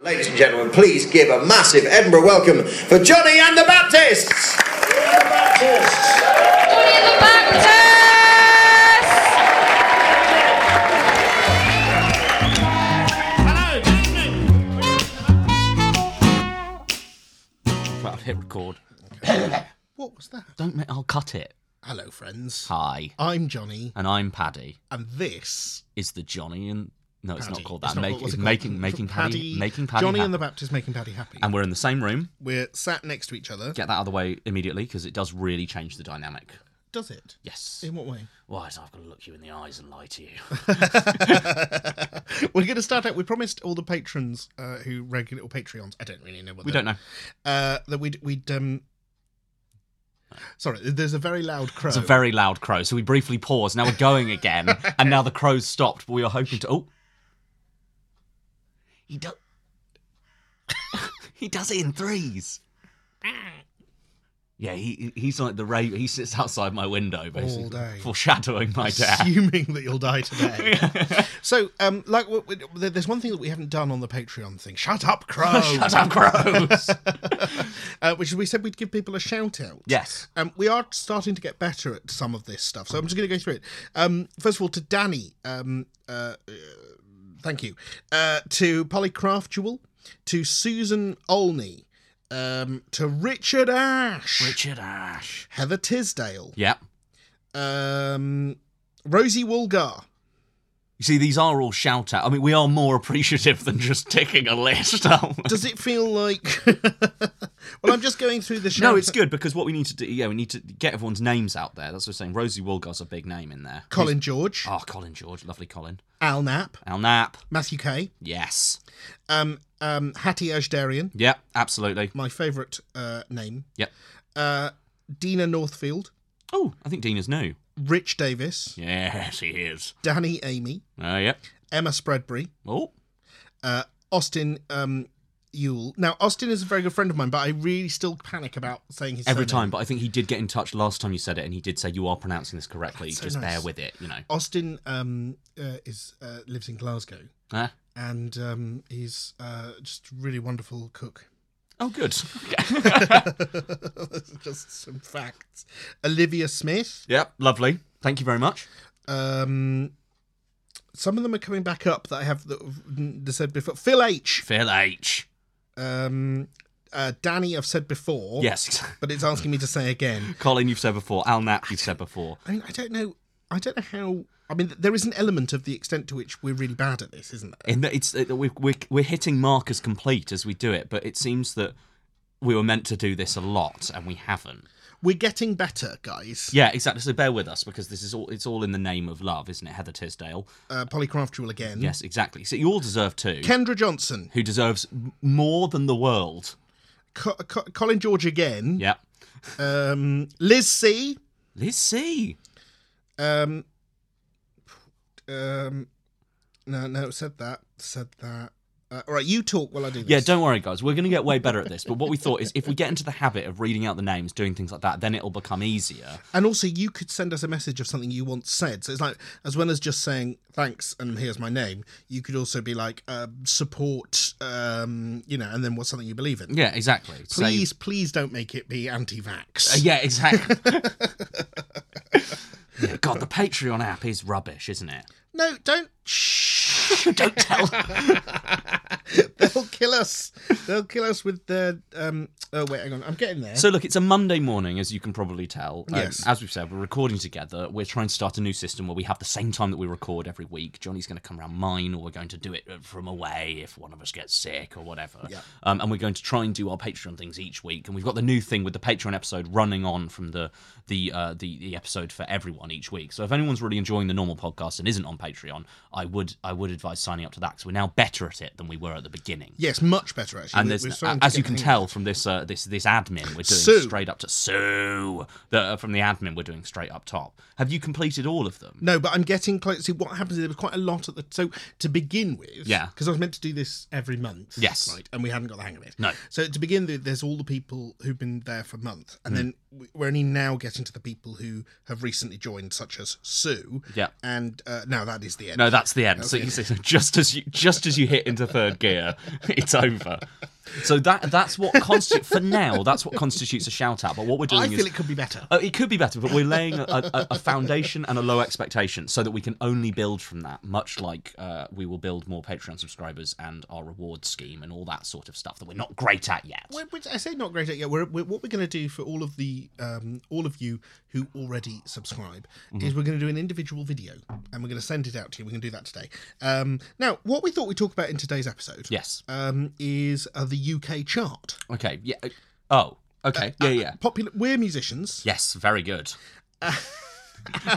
Ladies and gentlemen, please give a massive Edinburgh welcome for Johnny and the Baptists! Johnny the Baptist! Right, I've hit record. What was that? Don't make. I'll cut it. Hello, friends. Hi, I'm Johnny, and I'm Paddy. and this Is the Johnny and no, it's Paddy. not called that. not- Make- what's it it's called? making making Paddy, making Paddy. Johnny and the happy. Baptist making Paddy happy. and we're in the same room. we're sat next to each other. Get that out of the way immediately because it does really change the dynamic. Does it? Yes. In what way? Why is I've got to look you in the eyes and lie to you? We're going to start out. We promised all the patrons uh, who regular or Patreons. I don't really know what we they're- don't know. Uh, that we'd we'd um. Sorry, there's a very loud crow. It's a very loud crow, so we briefly paused. Now we're going again, and now the crow's stopped. But we were hoping to. Oh, he does. he does it in threes. Yeah, he he's like the ray. He sits outside my window, basically day. foreshadowing my dad. assuming that you'll die today. so, um, like, w- w- there- there's one thing that we haven't done on the Patreon thing. Shut up, crow. Shut up, crows. uh, which is we said we'd give people a shout out. yes, Um, we are starting to get better at some of this stuff, so I'm just going to go through it. Um, first of all, to Danny, um, uh, uh, thank you. Uh, to Polly Craftual, to Susan Olney, um, to Richard Ash, Richard Ash. Heather Tisdale, Yep. um, Rosie Woolgar. You see, these are all shout out. I mean, we are more appreciative than just ticking a list. Aren't we? Does it feel like? well, I'm just going through the show. No, it's good because what we need to do, yeah, we need to get everyone's names out there. That's what I'm saying. Rosie Woolgar's a big name in there. Colin George, Oh, Colin George, lovely Colin. Al Knapp, Al Knapp, Matthew Kay, yes, um, um, Hattie Ashdarian, yep, absolutely, my favourite uh, name. yep. uh, Dina Northfield, Oh, I think Dean is new. Rich Davis, Yes, he is. Danny Amy, Oh, yep. Emma Spreadbury, Oh, uh, Austin um, Yule. Now, Austin is a very good friend of mine, but I really still panic about saying his every surname. time. But I think he did get in touch last time you said it, and he did say you are pronouncing this correctly. so Just bear nice. with it, you know. Austin um, uh, is uh, lives in Glasgow Ah. and um, he's uh, just a really wonderful cook. Oh, good. just some facts. Olivia Smith. yep, lovely. Thank you very much. Um, some of them are coming back up that I have that that said before. Phil H. Phil H. um, uh, Danny, I've said before. Yes, But it's asking me to say again. Colin, you've said before. Al Knapp, you've said before. I mean, I don't know. I don't know how. I mean, there is an element of the extent to which we're really bad at this, isn't there? And that it's that we're, we're we're hitting markers complete as we do it, but it seems that we were meant to do this a lot and we haven't. We're getting better, guys. Yeah, exactly. So bear with us because this is all it's all in the name of love, isn't it, Heather Tisdale? Uh, Polycraftual again. Yes, exactly. So you all deserve two. Kendra Johnson, who deserves m- more than the world? Co- Co- Colin George again. Yeah. Um, Liz C. Liz C. Um, um, no, no, said that. Said that. Uh, all right, you talk while I do this. Yeah, don't worry, guys. We're going to get way better at this. But what we thought is if we get into the habit of reading out the names, doing things like that, then it'll become easier. And also, you could send us a message of something you once said. So it's like, as well as just saying thanks and here's my name, you could also be like um, support, um, you know, and then what's something you believe in. Yeah, exactly. So- Please, please don't make it be anti-vax. Uh, yeah, exactly. Yeah, God, the Patreon app is rubbish, isn't it? No, don't. Shh. Don't tell. They'll kill us. They'll kill us with the. Um, oh wait, hang on. I'm getting there. So look, it's a Monday morning, as you can probably tell. Um, Yes. As we've said, we're recording together. We're trying to start a new system where we have the same time that we record every week. Johnny's going to come around mine, or we're going to do it uh, from away if one of us gets sick or whatever. Yeah. Um, and we're going to try and do our Patreon things each week. And we've got the new thing with the Patreon episode running on from the the uh, the, the episode for everyone each week. So if anyone's really enjoying the normal podcast and isn't on Patreon, I would I would advise signing up to that because we're now better at it than we were at the beginning. yes, much better actually. And We- there's, we're starting to as you get can the hang- tell from this uh, this this admin, we're doing Sue. straight up to Sue. The, uh, from the admin, we're doing straight up top. Have you completed all of them? No, but I'm getting close. See, what happens is there was quite a lot at the. So, to begin with. Yeah. Because I was meant to do this every month. Yes. Right. And we haven't got the hang of it. No. So, to begin with, there's all the people who've been there for a month. Hmm. And then we- we're only now getting to the people who have recently joined, such as Sue. Yeah. And uh, now that is the end. No, that's the end. so you see, So just as you just as you hit into third gear, it's over. So that that's what constitutes for now. That's what constitutes a shout out. But what we're doing I is feel it could be better. uh, it could be better, but we're laying a, a, a foundation and a low expectation so that we can only build from that, much like uh, we will build more Patreon subscribers and our reward scheme and all that sort of stuff that we're not great at yet. We're- we're- I say not great at yet. We're, we're, what we're going to do for all of the um, all of you who already subscribe Mm-hmm. is we're going to do an individual video and we're going to send it out to you. We're going to do that today. Um, now, what we thought we'd talk about in today's episode, Yes. um, is uh, the UK chart. Uh, Okay. Yeah. uh, Oh. Okay. Yeah. Yeah. Popular, we're musicians, Yes. Very good.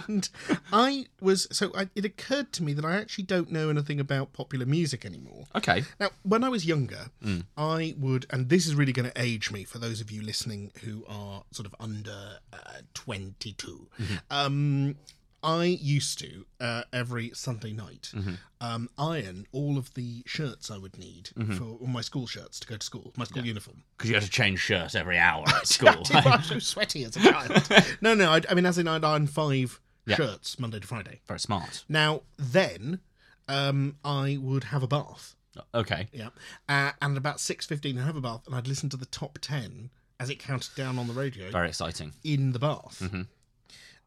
and I was so I, it occurred to me that I actually don't know anything about popular music anymore. Okay. Now, when I was younger, Mm. I would, and this is really going to age me for those of you listening who are sort of under uh, 22. Mm-hmm. Um, I used to, uh, every Sunday night, Mm-hmm. um, iron all of the shirts I would need Mm-hmm. for all my school shirts to go to school, my school uniform. Because you had to change shirt every hour at I school. did, I was so sweaty as a child. no, no, I, I mean, as in, I'd iron five shirts Monday to Friday. Very smart. Now, then, um, I would have a bath. Okay. Yeah. Uh, and about 6.15, I'd have a bath and I'd listen to the top 10 as it counted down on the radio Very exciting. in the bath.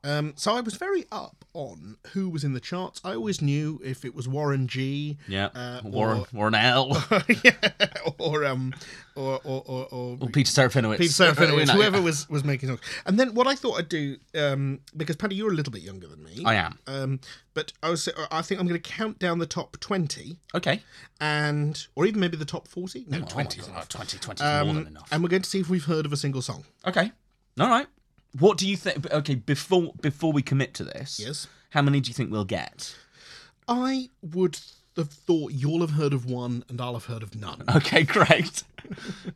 Um, so I was very up on who was in the charts. I always knew if it was Warren G. Yeah. Uh, Warren. Warren L. or, um, or, or, or, or Or Peter Serafinowicz. Peter Serafinowicz, You know, whoever was, was making songs. And then what I thought I'd do, um, because Paddy, you're a little bit younger than me. I am. Um, but I, was, I think I'm going to count down the top 20 Okay. and, or even maybe the top 40. No, Oh, 20 is my enough. God, 20, 20 is more Um, than enough. and we're going to see if we've heard of a single song. Okay. All right. What do you think? Okay, before before we commit to this, Yes. How many do you think we'll get? I would have thought you'll have heard of one and I'll have heard of none. Okay, great.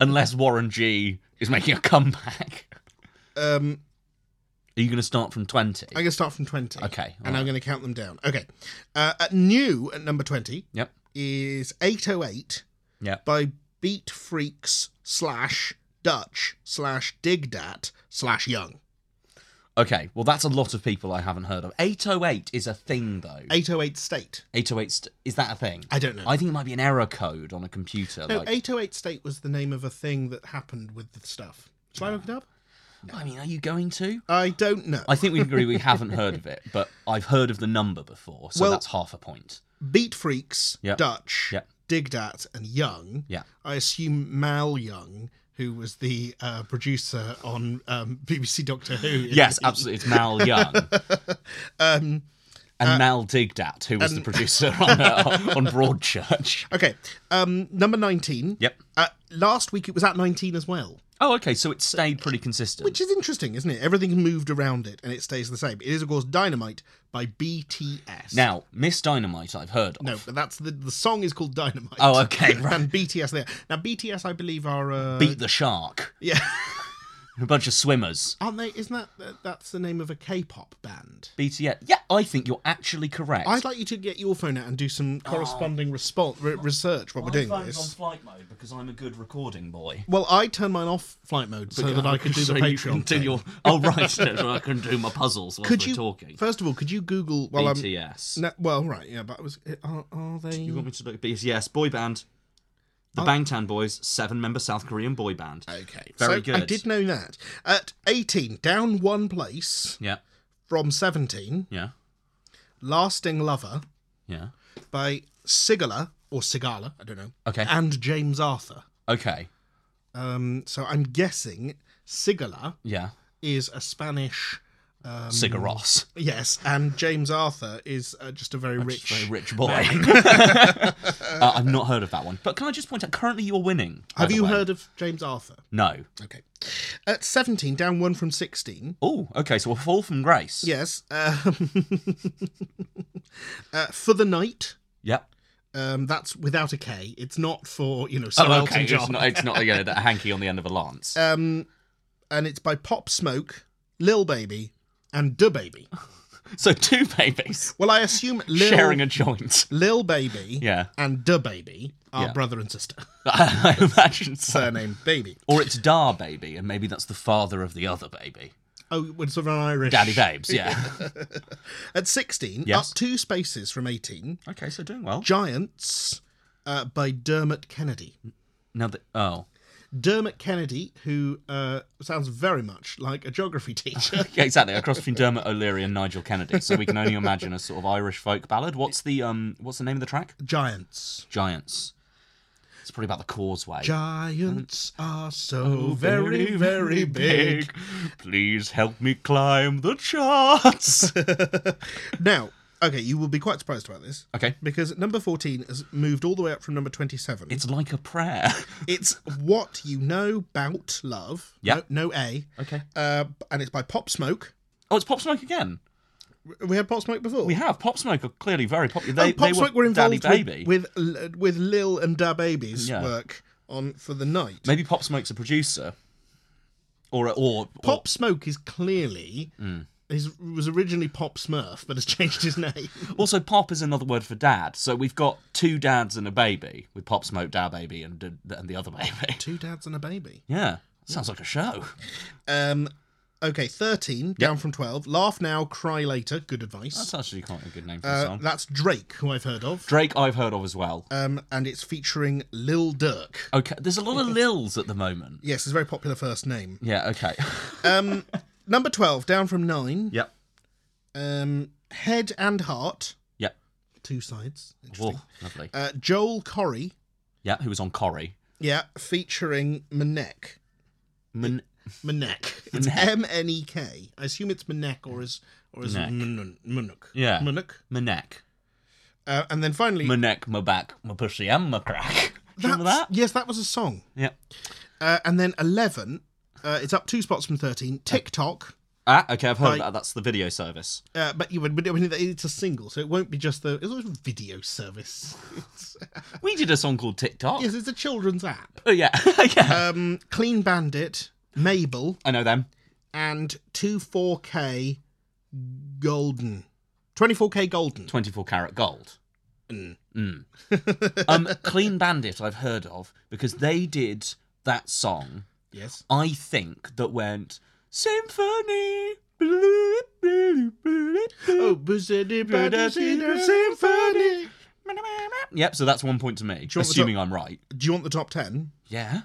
Unless Warren G is making a comeback, Um, are you going to start from twenty? I'm going to start from 20. Okay, And I'm going to count them down. Okay. Uh, at new at number 20 Yep. is 808 Yep. by Beat Freaks slash Dutch slash Digdat slash Young. Okay. Well, that's a lot of people I haven't heard of. Eight oh eight is a thing, though. 808 State. Eight oh eight st- is that a thing? I don't know. I think it might be an error code on a computer. no, like, 808 State was the name of a thing that happened with the stuff. Shall I look it up? I mean, are you going to? I don't know. I think we agree we haven't heard of it, but I've heard of the number before, so Well- that's half a point. Beat Freaks, Yep. Dutch, Yep. Digdat, and Young. Yeah. I assume Mal Young, who was the uh, producer on um, BBC Doctor Who. Yes, absolutely. It's Mal Young. Um, and uh, Mal Digdat, who was the producer on, uh, on Broadchurch. Okay. Um, number 19. Yep. Uh, last week it was at 19 as well, Oh, okay. So it stayed pretty consistent. which is interesting, isn't it? Everything's moved around it and it stays the same. It is, of course, Dynamite by BTS. now, Miss Dynamite, I've heard of. No, but that's the the song is called Dynamite. Oh, okay, right. And BTS there. Now BTS, I believe, are uh, Beat the Shark. yeah, A bunch of swimmers. aren't they? Isn't that that- that's the name of a K-pop band? BTS. Yeah, I think you're actually correct. I'd like you to get your phone out and do some corresponding response re- research Oh, while we're doing this. flight mode because I'm a good recording boy. Well, I turned mine off flight mode so that I could do the Patreon. Do thing. your, oh, right. so I can do my puzzles whilst could we're you talking. first of all? Could you Google? Well, um, BTS. no, well, right, yeah, but I was eh, are, are they? You want me to look at BTS boy band, the Bangtan Boys, seven-member South Korean boy band. okay, Very so good. I did know that. At eighteen, down one place Yeah, from seventeen. yeah, Lasting Lover yeah. by Sigala or Sigala, I don't know. Okay. And James Arthur. Okay. Um, so I'm guessing Sigala Yeah. is a Spanish. Um, Cigaros. Yes, and James Arthur is uh, just a very rich. Very rich boy. Uh, I've not heard of that one. But can I just point out, currently you're winning. by Have the you way. heard of James Arthur? No. Okay. At 17, down one from 16. Oh, okay. So we'll fall from grace. Yes. Um, uh, for the night. Yep. Um, that's without a K. It's not for you know Sir Oh, Elton okay. John, Uh, It's not, it's not yeah, a hanky on the end of a lance. and it's by Pop Smoke, Lil Baby, and Da Baby. so two babies Well, I assume Lil, sharing a joint. Lil Baby Yeah. and Da Baby are Yeah. brother and sister. I imagine so. Uh, Surname Baby. Or it's Dar baby, and maybe that's the father of the other baby. Oh, it's an Irish. Daddy Babes, yeah. At 16, Yes. up two spaces from 18, okay, so doing well. Giants uh, by Dermot Kennedy. Now that oh, Dermot Kennedy, who uh, sounds very much like a geography teacher. yeah, exactly. A cross between Dermot O'Leary and Nigel Kennedy. So we can only imagine a sort of Irish folk ballad. What's the um? What's the name of the track? Giants. Giants. It's probably about the causeway. Giants are so Oh, very, very big. Please help me climb the charts. Now, okay, you will be quite surprised about this. okay. Because number 14 has moved all the way up from number 27. It's like a prayer. It's What You Know About Love. Yeah. No, no A. Okay. Uh, and it's by Pop Smoke. Oh, it's Pop Smoke again. We had Pop Smoke before. We have Pop Smoke are clearly very popular. They, and Oh, Pop they Smoke were, were involved Daddy Baby. with with, with Lil and Da Baby's Yeah. work on for the night. Maybe Pop Smoke's a producer, or or Pop Smoke is clearly Mm. his was originally Pop Smurf, but has changed his name. Or, also Pop is another word for dad. So we've got two dads and a baby with Pop Smoke, Dad Baby, and and the other baby. Two dads and a baby. Yeah, sounds like a show. Um, okay, thirteen down from twelve. Laugh now, cry later. Good advice. That's actually quite a good name for a Uh, song. that's Drake, who I've heard of, Drake, I've heard of as well. um, and it's featuring Lil Durk. Okay, there's a lot of Lils at the moment. Yes, his very popular first name. Yeah. Okay. Um, number twelve down from nine. yep. Um, Head and Heart, Yep. two sides. Interesting. Whoa, lovely. Uh, Joel Corry, Yeah, who was on Corrie? yeah, featuring Manek. Min- Manek. It's Manek. M N E K. I assume it's Manek or is or is Manek. Munun- Munuk. Yeah. Munuk. Manek. Uh, and then finally, My neck, my back, my pussy, and my crack. Do you remember that's- that? Yes, that was a song. Yeah. Uh, and then eleven. Uh, it's up two spots from thirteen. TikTok. Ah, okay, I've Like- heard that. That's the video service. Uh, but you would, but I mean, it's a single, so it won't be just the. It's always a video service. It's, We did a song called TikTok. yes, it's a children's app. Oh, yeah. yeah. Um, Clean Bandit, Mabel, I know them. and two four K golden, twenty four K golden. 24 karat gold. Mm. um, Clean Bandit, I've heard of because they did that song, Yes. I think, that went Symphony. bloop, bloop, bloop, bloop." Oh, was anybody seen a symphony? symphony? Yep, so that's one point to me, you want the assuming I'm right. Do you want the top 10? Yeah.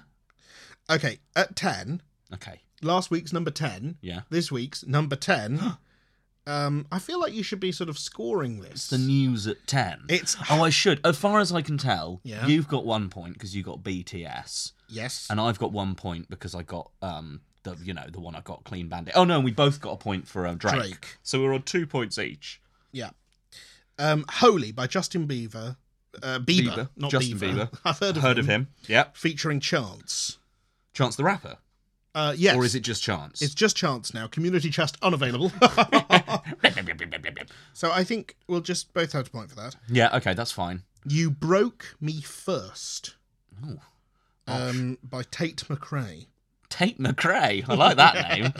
Okay, at 10, Okay. last week's number 10, Yeah. this week's number 10. um, I feel like you should be sort of scoring this. the news at 10. It's- Oh, I should. As far as I can tell, Yeah. you've got one point because you got BTS, yes. and I've got one point because I got um the you know the one I got Clean Bandit. Oh no, we both got a point for um, Drake. Drake. So we're on two points each. Yeah. Um, Holy by Justin Bieber. Uh, Bieber, Bieber, not Justin Bieber. Bieber. I've heard of, Heard him. of him? Yep. Featuring Chance. Chance the Rapper, Uh, yes. or is it just Chance? It's just Chance now. Community Chest unavailable. so I think we'll just both have a point for that. yeah. Okay, that's fine. You Broke Me First Oh, um, by Tate McRae. Tate McRae. I like that name.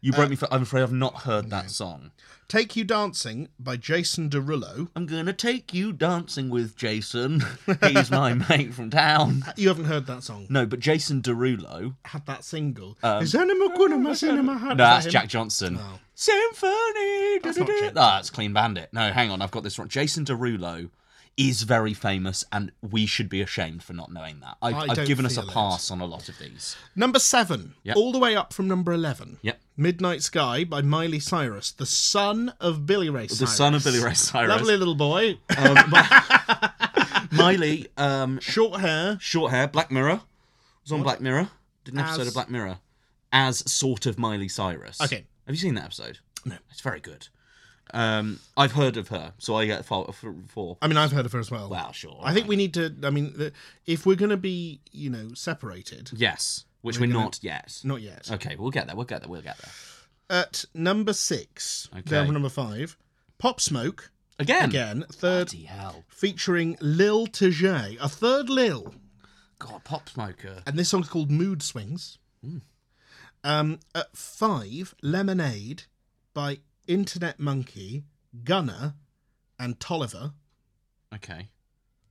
You Uh, broke me. For, I'm afraid I've not heard that song. Take You Dancing by Jason Derulo. I'm gonna take you dancing with Jason. He's my mate from town. You haven't heard that song. No, but Jason Derulo. Had that single. Is anima gonna mess in my Um, No, heart? that's Is Oh, that Jack him? Johnson. Oh. Symphony. That's That's, not Jack that's Clean Bandit. No, hang on, I've got this wrong. Jason Derulo is very famous, and we should be ashamed for not knowing that. I've, I I have don't given us a feel it. pass on a lot of these. Number seven, Yep. all the way up from number eleven. Yep. Midnight Sky by Miley Cyrus, the son of Billy Ray Cyrus. The son of Billy Ray Cyrus, Lovely little boy, Um, Miley, um, short hair. short hair, Black Mirror. Was on Black Mirror. Did an episode As- of Black Mirror as sort of Miley Cyrus. Okay. Have you seen that episode? No. It's very good. Um, I've heard of her, so I get four. four. I mean, I've heard of her as well. Wow, sure. I think we need to. I mean, the- if we're going to be, you know, separated, Yes, which we're, not yet. not yet. Okay, we'll get there. We'll get there. We'll get there. At number six, down Okay. Hmm. from number five, Pop Smoke Again. again, third Bloody hell. featuring Lil Tajay, a third Lil, God, Pop Smoker. and this song's called Mood Swings. Hmm. Um, at five, Lemonade by Internet Monkey, Gunner, and Tolliver. Okay.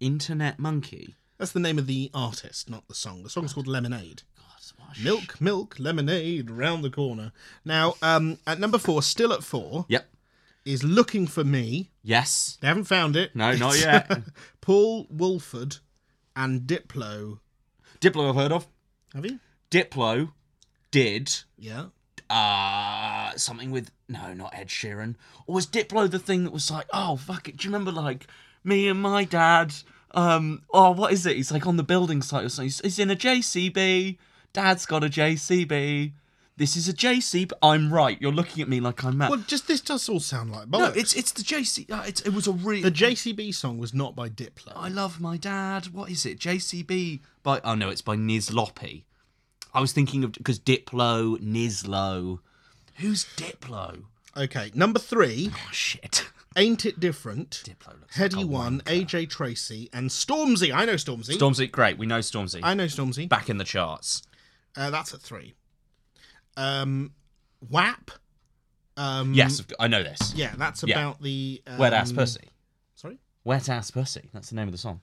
Internet Monkey. That's the name of the artist, not the song. The song's called Lemonade. God, Yes. What a sh- Milk, milk, lemonade, round the corner. Now, um, at number four, still at four, Yep. is looking for me. Yes. They haven't found it. No, not It's, yet. Paul Wolford and Diplo. Diplo, I've heard of. Have you? Diplo did Yeah. uh something with no, not Ed Sheeran. Or was Diplo the thing that was like, oh fuck it? Do you remember like me and my dad? Um, oh what is it? He's like on the building site or something. He's, he's in a JCB. Dad's got a JCB. This is a JCB. I'm right. You're looking at me like I'm mad. Well, just this does all sound like no, bollocks. it's it's the JC. Uh, it's, it was a real. the JCB song was not by Diplo. I love my dad. What is it? JCB by oh no, it's by Nizloppy. I was thinking of because Diplo, Nizlo. Who's Diplo? Okay, number three, Oh shit. Ain't It Different? Diplo looks Heady like a One, AJ Tracy, and Stormzy. I know Stormzy. Stormzy, great. We know Stormzy. I know Stormzy. Back in the charts. Uh, that's at three. Um, WAP. Um, Yes, of- I know this. Yeah, that's Mm. Yeah. about the. Um, Wet ass pussy. Sorry? Wet ass pussy. That's the name of the song.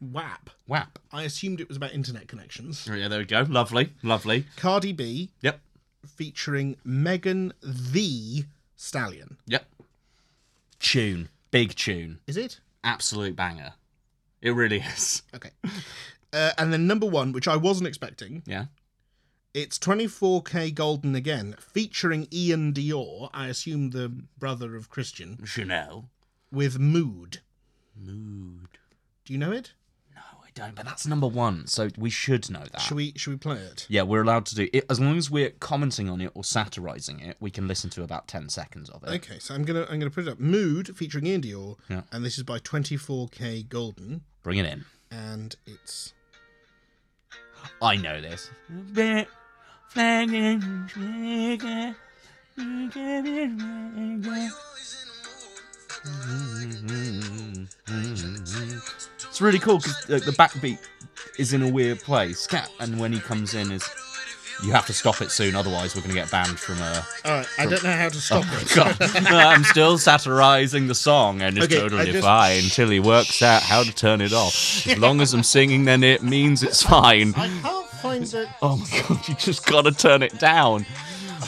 WAP. WAP. I assumed it was about internet connections. Oh, Yeah, there we go. Lovely, lovely. Cardi B Yep, featuring Megan the Stallion. yep. Tune, big tune, Is it? absolute banger. It really is. Okay. Uh, and then number one, which I wasn't expecting, Yeah. it's 24K Golden again, featuring Ian Dior, I assume the brother of Christian, Chanel. with Mood. Mood. Do you know it? No, I don't. But that's number one, so we should know that. Should we should we play it? Yeah, we're allowed to do it as long as we're commenting on it or satirizing it. We can listen to about ten seconds of it. Okay, so I'm gonna I'm gonna put it up. Mood featuring Ian Dior, Yeah. and this is by 24K Golden, Bring it in. and it's I know this. It's really cool because the, the backbeat is in a weird place. Cat, and when he comes in, is you have to stop it soon, otherwise we're going to get banned from. Uh... all right. I don't know how to stop it. God, I'm still satirizing the song, and it's Okay, I totally just- fine until he works out how to turn it off. As long as I'm singing, then it means it's fine. I can't find it. Oh my god, you just gotta turn it down.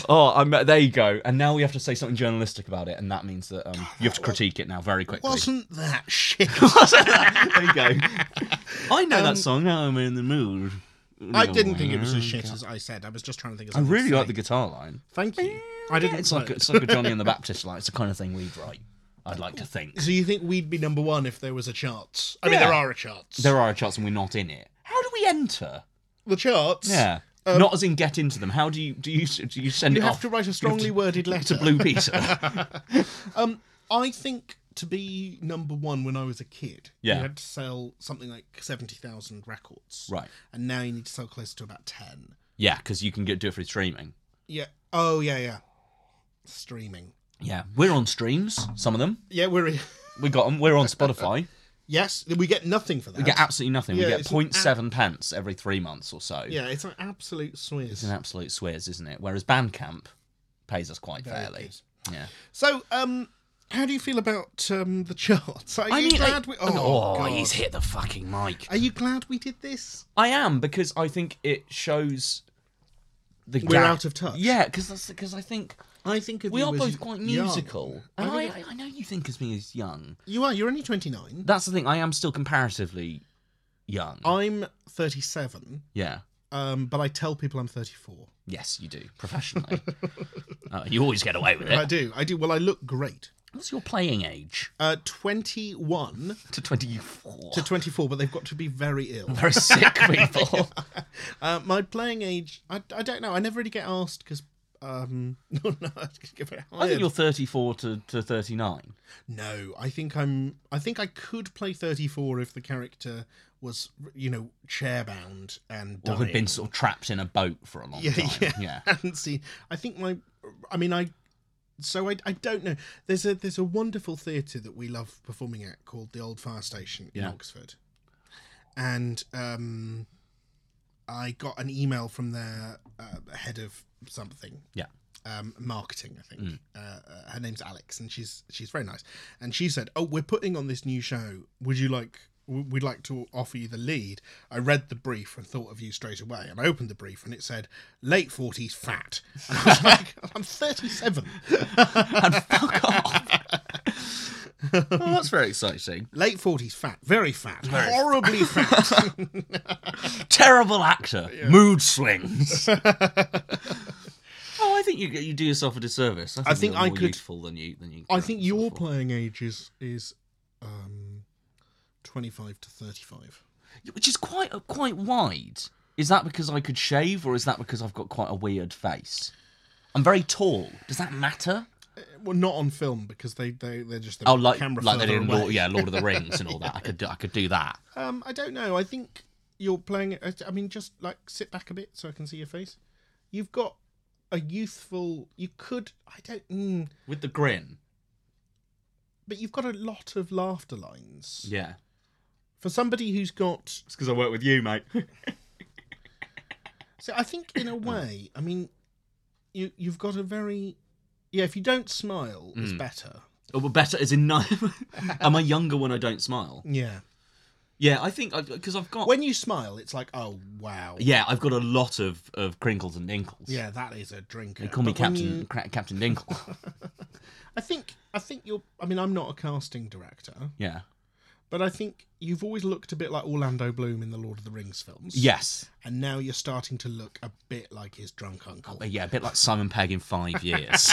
Oh, I'm there. You go. And now we have to say something journalistic about it, and that means that um, you have to critique it now very quickly. Wasn't that shit? there you go. I know that song. Now I'm in the mood. I didn't think it was as shit as I said. I was just trying to think. of I something really to like the say. guitar line. Thank you. I didn't. It's like know. it's like a Johnny and the Baptist line. It's the kind of thing we'd write. I'd like to think So you think we'd be number one if there was a chart? I mean, Yeah. there are a charts. there are charts and we're not in it. How do we enter? the charts. Yeah, not as in get into them. How do you do you do you send You it have off to write a strongly worded letter. to Blue Peter? Um, I think to be number one when I was a kid, Yeah. you had to sell something like seventy thousand records, right. And now you need to sell close to about ten. Yeah, because you can get do it for streaming. Yeah. Oh yeah, yeah. Streaming. Yeah, we're on streams. Some of them Yeah, we're. in- we got them. We're on Spotify. Yes, we get nothing for that. We get absolutely nothing. Yeah, we get it's an 0.7 pence every three months or so. Yeah, it's an absolute it's swizz. an absolute swizz, isn't it? Whereas Bandcamp pays us quite fairly. is. Yeah, So, um, how do you feel about um the charts? Are you glad like- we? oh, God. he's hit the fucking mic. Are you glad we did this? I am because I think it shows the We're gap. out of touch. Yeah, because that's because I think I think of we you are as both quite young. musical, and I, I I, I know you think of me as young. You are. You're only twenty nine. That's the thing. I am still comparatively young. I'm thirty seven. yeah. Um, but I tell people I'm thirty four. Yes, you do professionally. uh, you always get away with I it. do. I do. Well, I look great. What's your playing age? Uh, twenty one To twenty-four. to twenty four, but they've got to be very ill. very sick people. Uh, my playing age, I, I don't know. I never really get asked because um, no, no, I get very I think hired. you're 34 to, to 39. No, I think I'm. I think I could play 34 if the character was, you know, chairbound and Or dying. had been sort of trapped in a boat for a long Yeah, time. Yeah. yeah. and see, I think my. I mean, I. So I, I don't know. There's a there's a wonderful theatre that we love performing at called the Old Fire Station in Yeah. Oxford, and um, I got an email from their uh, head of something Yeah. um, marketing, I think. Mm. Uh, Uh, her name's Alex, and she's she's very nice. And she said, "Oh, we're putting on this new show. Would you like w- we'd like to offer you the lead. I read the brief and thought of you straight away. And I opened the brief and it said, late 40s fat. And I was like, I'm 37. Oh, that's very exciting. Late 40s fat. Very fat. horribly fat. Terrible actor. Mood swings. oh, I think you you do yourself a disservice. I think, think you're I more could- youthful than you than you. I crack think yourself your for. playing age is, is um, 25 to 35. which is quite uh, quite wide. Is that because I could shave, or is that because I've got quite a weird face? I'm very tall. Does that matter? Well, not on film because they, they, they're just the Oh, like camera like they further did in away. Lord, yeah, Lord of the Rings and all that. I could do, I could do that. Um, I don't know. I think you're playing. it- I- I mean, just like sit back a bit so I can see your face. You've got a youthful. You could. I don't. Mm, with the grin. but you've got a lot of laughter lines Yeah, for somebody who's got. it's because I work with you, mate. So I think in a way, I mean, you you've got a very. Yeah, if you don't smile, it's better. oh, well, better as in no. Am I younger when I don't smile? Yeah. Yeah, I think because I've got. When you smile, it's like, oh wow. yeah, I've got a lot of of crinkles and dinkles. Yeah, that is a drinker. They call me But when Captain you- Cra- Captain Dinkle. I think I think you're. I mean, I'm not a casting director. yeah. But I think you've always looked a bit like Orlando Bloom in the Lord of the Rings films. Yes. And now you're starting to look a bit like his drunk uncle. Yeah, a bit like Simon Pegg in five years.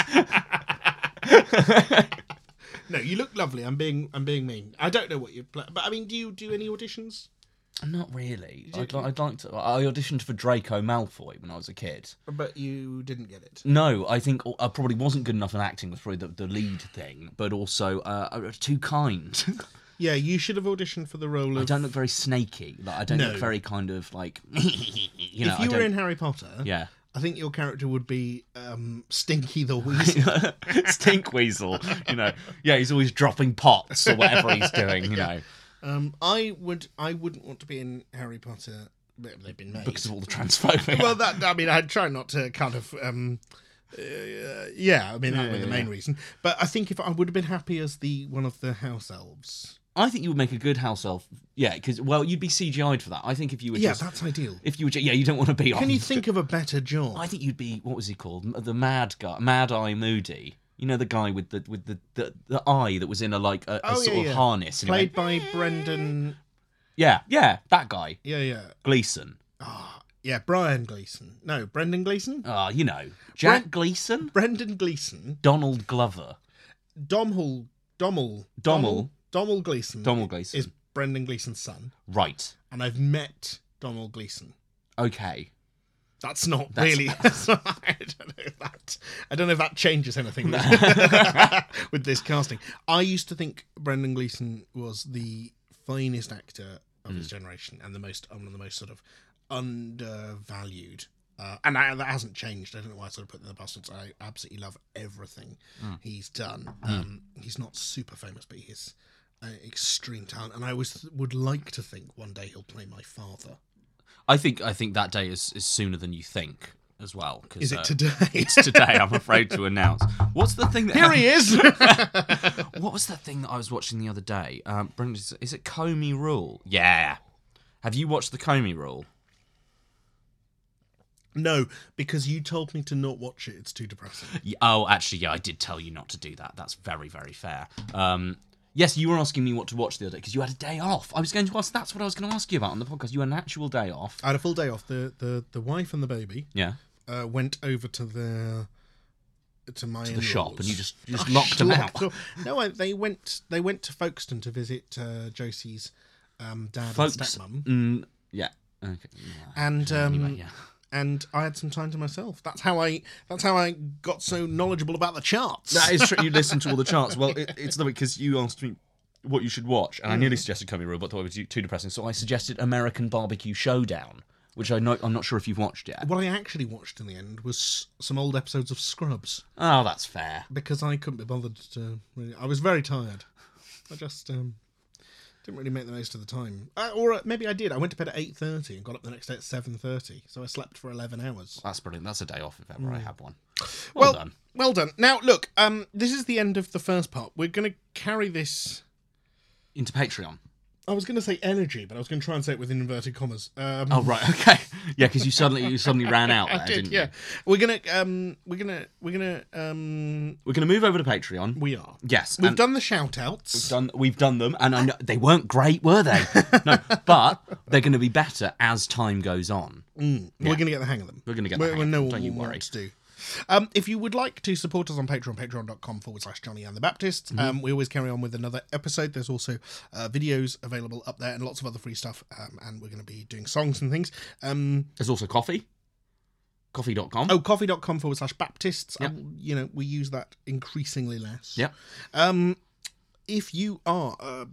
No, you look lovely. I'm being I'm being mean. I don't know what you're playing, but I mean, do you do any auditions? Not really. I'd, li- I'd like to. I auditioned for Draco Malfoy when I was a kid. But you didn't get it. No, I think uh, I probably wasn't good enough in acting. Was probably the, the lead thing, but also uh, I was too kind. Yeah, you should have auditioned for the role I of. don't look very snaky. Like I don't No. look very kind of like you know. if I you were don't- in Harry Potter, yeah. I think your character would be um, Stinky the Weasel. Stink weasel, you know. Yeah, he's always dropping pots or whatever he's doing, you know, um, I would I wouldn't want to be in Harry Potter. but They've been made. because of all the transphobia. well, that I mean, I try not to kind of. Um, uh, yeah, I mean that was the main reason. But I think if I would have been happy as the one of the house elves. I think you would make a good house elf. Yeah, because well, you'd be CGI'd for that. I think if you were Yeah, just that's ideal. if you were ju- yeah, you don't want to be Can on. you think of a better job? I think you'd be what was he called? M- The mad guy, Mad Eye Moody. You know the guy with the with the the, the eye that was in a like a, a Oh, sort yeah, of yeah. harness. and he Played went, by Brendan. yeah, yeah, that guy Yeah, yeah, Gleason. yeah. Brian Gleason. No, Brendan Gleason. Ah, you know Jack Gleason, Brendan Gleason. Donald Glover, Domhnall. Dommel. Dommel. Dommel Gleason. Donald Gleason. is Brendan Gleason's son, right? and I've met Dommel Gleason. Okay. That's not really. I don't know if that. I don't know if that changes anything with, with this casting. I used to think Brendan Gleeson was the finest actor of his generation and the most one of the most sort of undervalued. Uh, and I, that hasn't changed. I don't know why I sort of put that in the past since I absolutely love everything he's done. Um, he's not super famous, but he is uh, extreme talent. And I always would like to think one day he'll play my father. I think I think that day is, is sooner than you think as well. 'cause, Is uh, it today? It's today. I'm afraid to announce. What's the thing that Here he is. What was that thing that I was watching the other day? Um, Brendan, is- is it Comey Rule? Yeah. Have you watched the Comey Rule? No, because you told me to not watch it. It's too depressing. Y- Oh, actually, yeah, I did tell you not to do that. That's very, very fair. Um, yes, you were asking me what to watch the other day because you had a day off. I was going to ask. That's what I was going to ask you about on the podcast. You had an actual day off. I had a full day off. The the, the wife and the baby Yeah. uh, went over to the to my The shop, and you just you just I locked them out. locked up- No, I, they went they went to Folkestone to visit uh, Josie's um, dad Folks- and stepmum, Mm, yeah. Okay. yeah. and um, Anyway, yeah. and I had some time to myself. That's how I that's how I got so knowledgeable about the charts. That is true. You listen to all the charts. Well, it, it's lovely because you asked me what you should watch, and I nearly suggested Comey Rule, but thought it was too depressing. So I suggested American Barbecue Showdown, which I know I'm not sure if you've watched yet. what I actually watched in the end was some old episodes of Scrubs. Oh, that's fair. because I couldn't be bothered to. Really, I was very tired. I just um, didn't really make the most of the time, uh, or uh, maybe I did. I went to bed at eight thirty and got up the next day at seven thirty, so I slept for eleven hours. That's brilliant. That's a day off if ever I have one. Well, Mm. Well, done. well done. Now look, um, this is the end of the first part. We're going to carry this Into Patreon. I was going to say energy, but I was going to try and say it with inverted commas. Um, Oh right, okay, yeah, because you suddenly you suddenly ran out. There, I did, didn't yeah. You? We're gonna, um, we're gonna, we're gonna, um, We're gonna move over to Patreon. we are. yes, We've and- done the shout outs. done we've done them and I know they weren't great were they no but they're going to be better as time goes on We're going to get the hang of them. We're gonna get We're- the hang we of know them, what don't we you want worry. To do. Um, if you would like to support us on Patreon, patreon.com forward slash Johnny and the Baptist, Mm-hmm. um, we always carry on with another episode. There's also uh, videos available up there and lots of other free stuff. Um, and we're going to be doing songs and things. Um, there's also coffee coffee.com oh, coffee.com forward slash Baptists. Yeah. Um, you know, we use that increasingly less. yeah Um, if you are a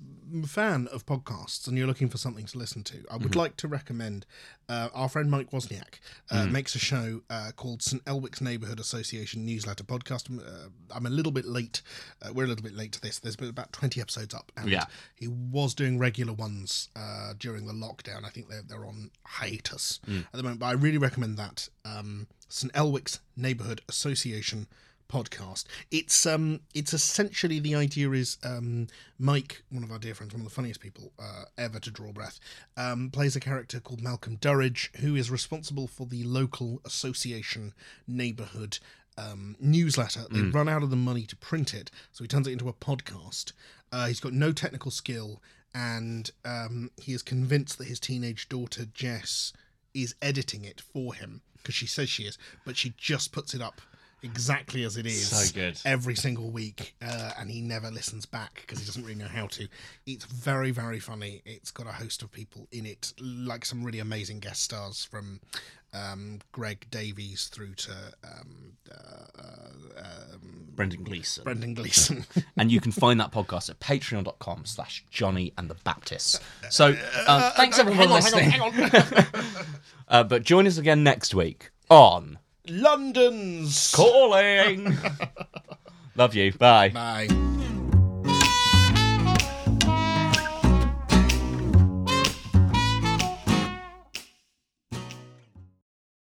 fan of podcasts and you're looking for something to listen to, I would like to recommend uh, our friend Mike Wozniak uh, makes a show uh, called St Elwick's Neighbourhood Association Newsletter Podcast. Um, Uh, I'm a little bit late. Uh, we're a little bit late to this. There's been about 20 episodes up, and Yeah. he was doing regular ones uh, during the lockdown. I think they're they're on hiatus at the moment, but I really recommend that um, St Elwick's Neighbourhood Association podcast. It's um it's essentially the idea is um Mike, one of our dear friends, one of the funniest people uh, ever to draw breath, um, plays a character called Malcolm Durridge, who is responsible for the local association neighbourhood um, newsletter. They Mm. run out of the money to print it, so he turns it into a podcast. Uh, he's got no technical skill, and um, he is convinced that his teenage daughter Jess is editing it for him because she says she is, but she just puts it up exactly as it is So good. every single week, uh, and he never listens back because he doesn't really know how to. It's very, very funny. It's got a host of people in it, like some really amazing guest stars from um, Greg Davies through to um, uh, um, brendan gleeson Brendan Gleeson. and you can find that podcast at patreon.com slash johnny and the baptists so uh, thanks everyone for listening hang on, hang on. Uh, but join us again next week on London's. calling love you bye Bye.